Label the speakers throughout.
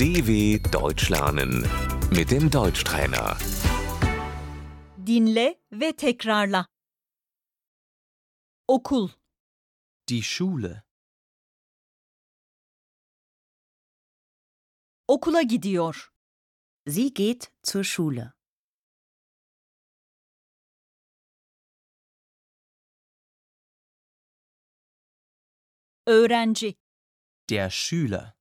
Speaker 1: DW Deutsch lernen mit dem Deutschtrainer.
Speaker 2: Dinle ve tekrarla. Okul,
Speaker 3: Die Schule.
Speaker 2: okula gidiyor.
Speaker 4: Sie geht zur Schule.
Speaker 2: Öğrenci,
Speaker 3: Der Schüler.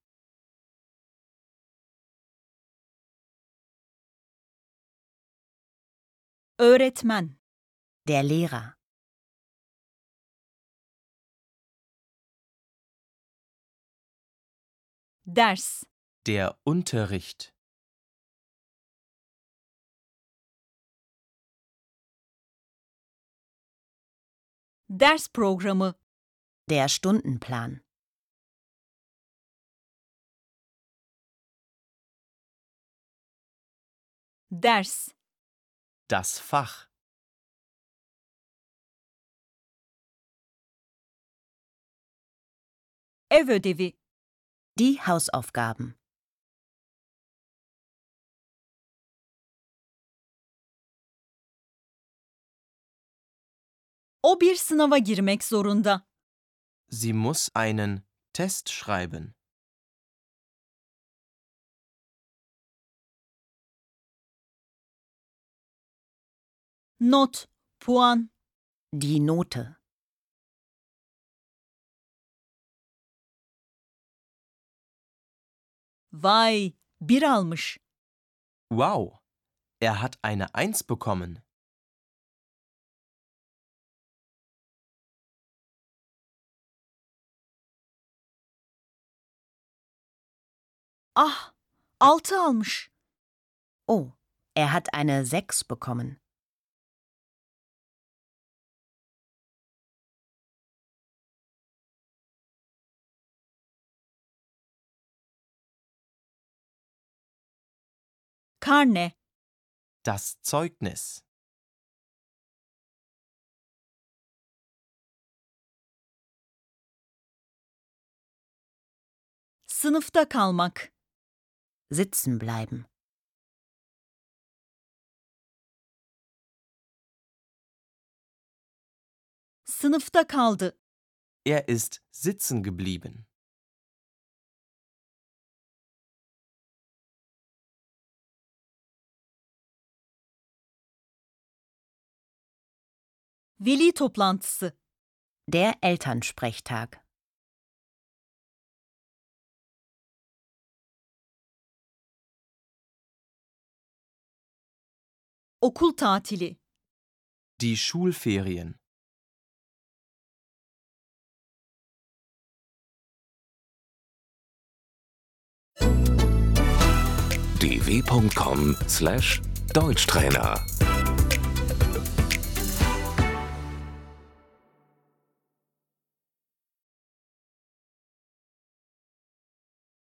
Speaker 2: öğretmen,
Speaker 4: Der Lehrer.
Speaker 2: ders,
Speaker 3: Der Unterricht.
Speaker 2: ders programı,
Speaker 4: Der Stundenplan.
Speaker 2: ders,
Speaker 3: Das Fach.
Speaker 2: ev ödevi,
Speaker 4: Die Hausaufgaben.
Speaker 2: o bir sınava girmek zorunda.
Speaker 3: Sie muss einen Test schreiben.
Speaker 2: Not, puan,
Speaker 4: Die Note.
Speaker 2: vay, bir almış.
Speaker 3: Wow. Er hat eine Eins bekommen.
Speaker 2: Ah, altı almış.
Speaker 4: Oh, er hat eine 6 bekommen.
Speaker 2: Karne,
Speaker 3: Das Zeugnis.
Speaker 2: sınıfta kalmak,
Speaker 4: Sitzen bleiben.
Speaker 2: sınıfta kaldı.
Speaker 3: Er ist sitzen geblieben.
Speaker 2: Veli toplantısı,
Speaker 4: Der Elternsprechtag.
Speaker 2: okul tatili,
Speaker 3: Die Schulferien.
Speaker 1: dw.com/deutschtrainer